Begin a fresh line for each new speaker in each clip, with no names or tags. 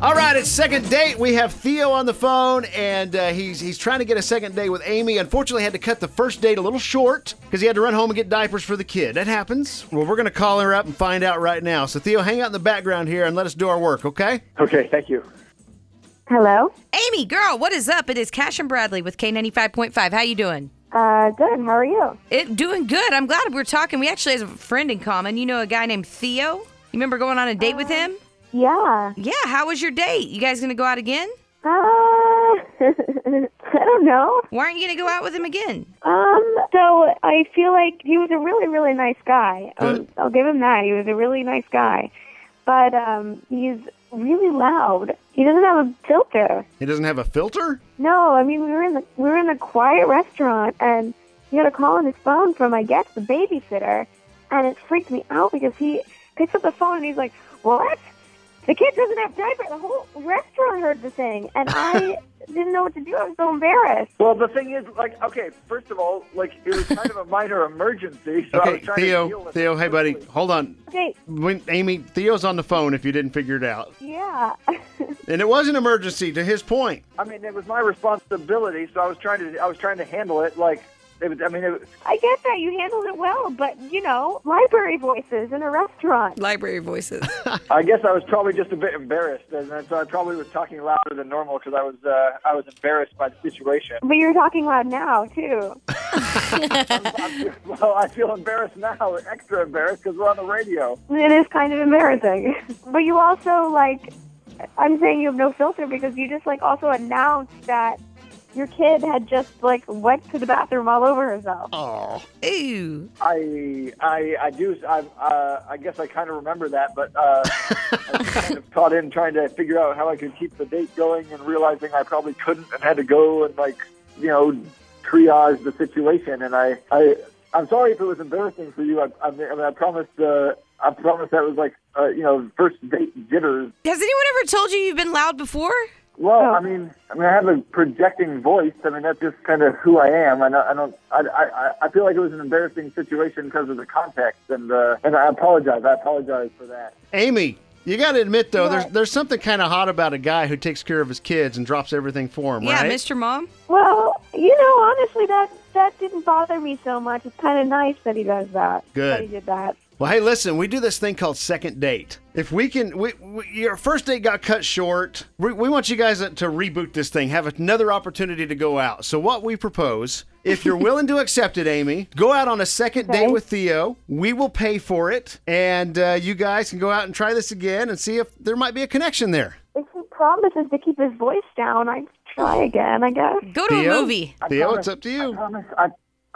All right, it's second date. We have Theo on the phone, and uh, he's he's trying to get a second date with Amy. Unfortunately, had to cut the first date a little short because he had to run home and get diapers for the kid. That happens. Well, we're gonna call her up and find out right now. So Theo, hang out in the background here and let us do our work, okay?
Okay, thank you.
Hello.
Amy, girl, what is up? It is Cash and Bradley with K95.5. How you doing?
Uh, good. How are you?
It doing good. I'm glad we're talking. We actually have a friend in common. You know a guy named Theo? You remember going on a date with him?
Yeah.
Yeah, how was your date? You guys gonna go out again?
Uh, I don't know.
Why aren't you gonna go out with him again?
Um, so I feel like he was a really, really nice guy. Um, I'll give him that. He was a really nice guy, but um, he's really loud. He doesn't have a filter.
He doesn't have a filter.
No, I mean we were in the we were in a quiet restaurant, and he got a call on his phone from I guess the babysitter, and it freaked me out because he picks up the phone and he's like, "What? The kid doesn't have diaper." The whole restaurant heard the thing, and I didn't know what to do. I was so embarrassed.
Well, the thing is, like, okay, first of all, like, it was kind of a minor emergency, so I was
Okay,
trying to deal
Theo,
with
Theo,
it
hey buddy,
quickly.
hold on.
Okay,
When Amy, Theo's on the phone. If you didn't figure it out,
yeah.
and it was an emergency. To his point,
I mean, it was my responsibility, so I was trying to, I was trying to handle it. Like, it was, I mean, it,
I get that you handled it well, but you know, library voices in a restaurant.
Library voices.
I guess I was probably just a bit embarrassed, and then- so I probably was talking louder than normal because I was, uh, I was embarrassed by the situation.
But you're talking loud now too.
Well, I feel embarrassed now, extra embarrassed because we're on the radio.
It is kind of embarrassing. But you also like, I'm saying you have no filter because you just like also announced that your kid had just like went to the bathroom all over herself.
Ooh.
I, I, I do. I, uh, I guess I kind of remember that, but uh, I was kind of caught in trying to figure out how I could keep the date going, and realizing I probably couldn't, and had to go and like, you know, triage the situation. And I, I, I'm sorry if it was embarrassing for you. I, I, mean, I promised. Uh, I promised that was like, uh, you know, first date jitters.
Has anyone ever told you you've been loud before?
Well, I mean, I mean, I have a projecting voice. I mean, that's just kind of who I am. I don't, I don't, I, I, I- I feel like it was an embarrassing situation because of the context, and uh, and I apologize. I apologize for that.
Amy, you got to admit though, there's there's something kind of hot about a guy who takes care of his kids and drops everything for him,
Yeah,
right?
Mr. Mom.
Well, you know, honestly, that that didn't bother me so much. It's kind of nice that he does that.
Good.
That he did that.
Well, hey, listen, we do this thing called second date. If we can, we, we, your first date got cut short. We, we want you guys to reboot this thing, have another opportunity to go out. So, what we propose, if you're willing to accept it, Amy, go out on a second date
Okay.
with Theo. We will pay for it, and uh, you guys can go out and try this again and see if there might be a connection there.
If he promises to keep his voice down, I'd try again. I guess.
Go to
Theo?
a movie.
Theo, it's up to you.
I promise. I,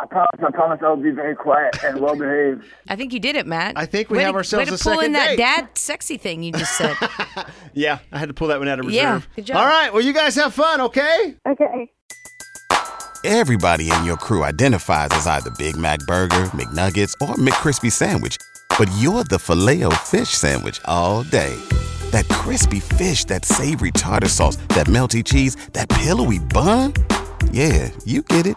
I promise. I promise. I'll be very quiet and well behaved.
I think you did it, Matt.
I think we
way
have
to,
ourselves
way
a
to pull
second
in that
date.
dad sexy thing you just said.
Yeah, I had to pull that one out of reserve.
Yeah, good job.
All right, well, you guys have fun, okay?
Okay.
Everybody in your crew identifies as either Big Mac Burger, McNuggets, or McCrispy Sandwich, but you're the filet fish Sandwich all day. That crispy fish, that savory tartar sauce, that melty cheese, that pillowy bun. Yeah, you get it.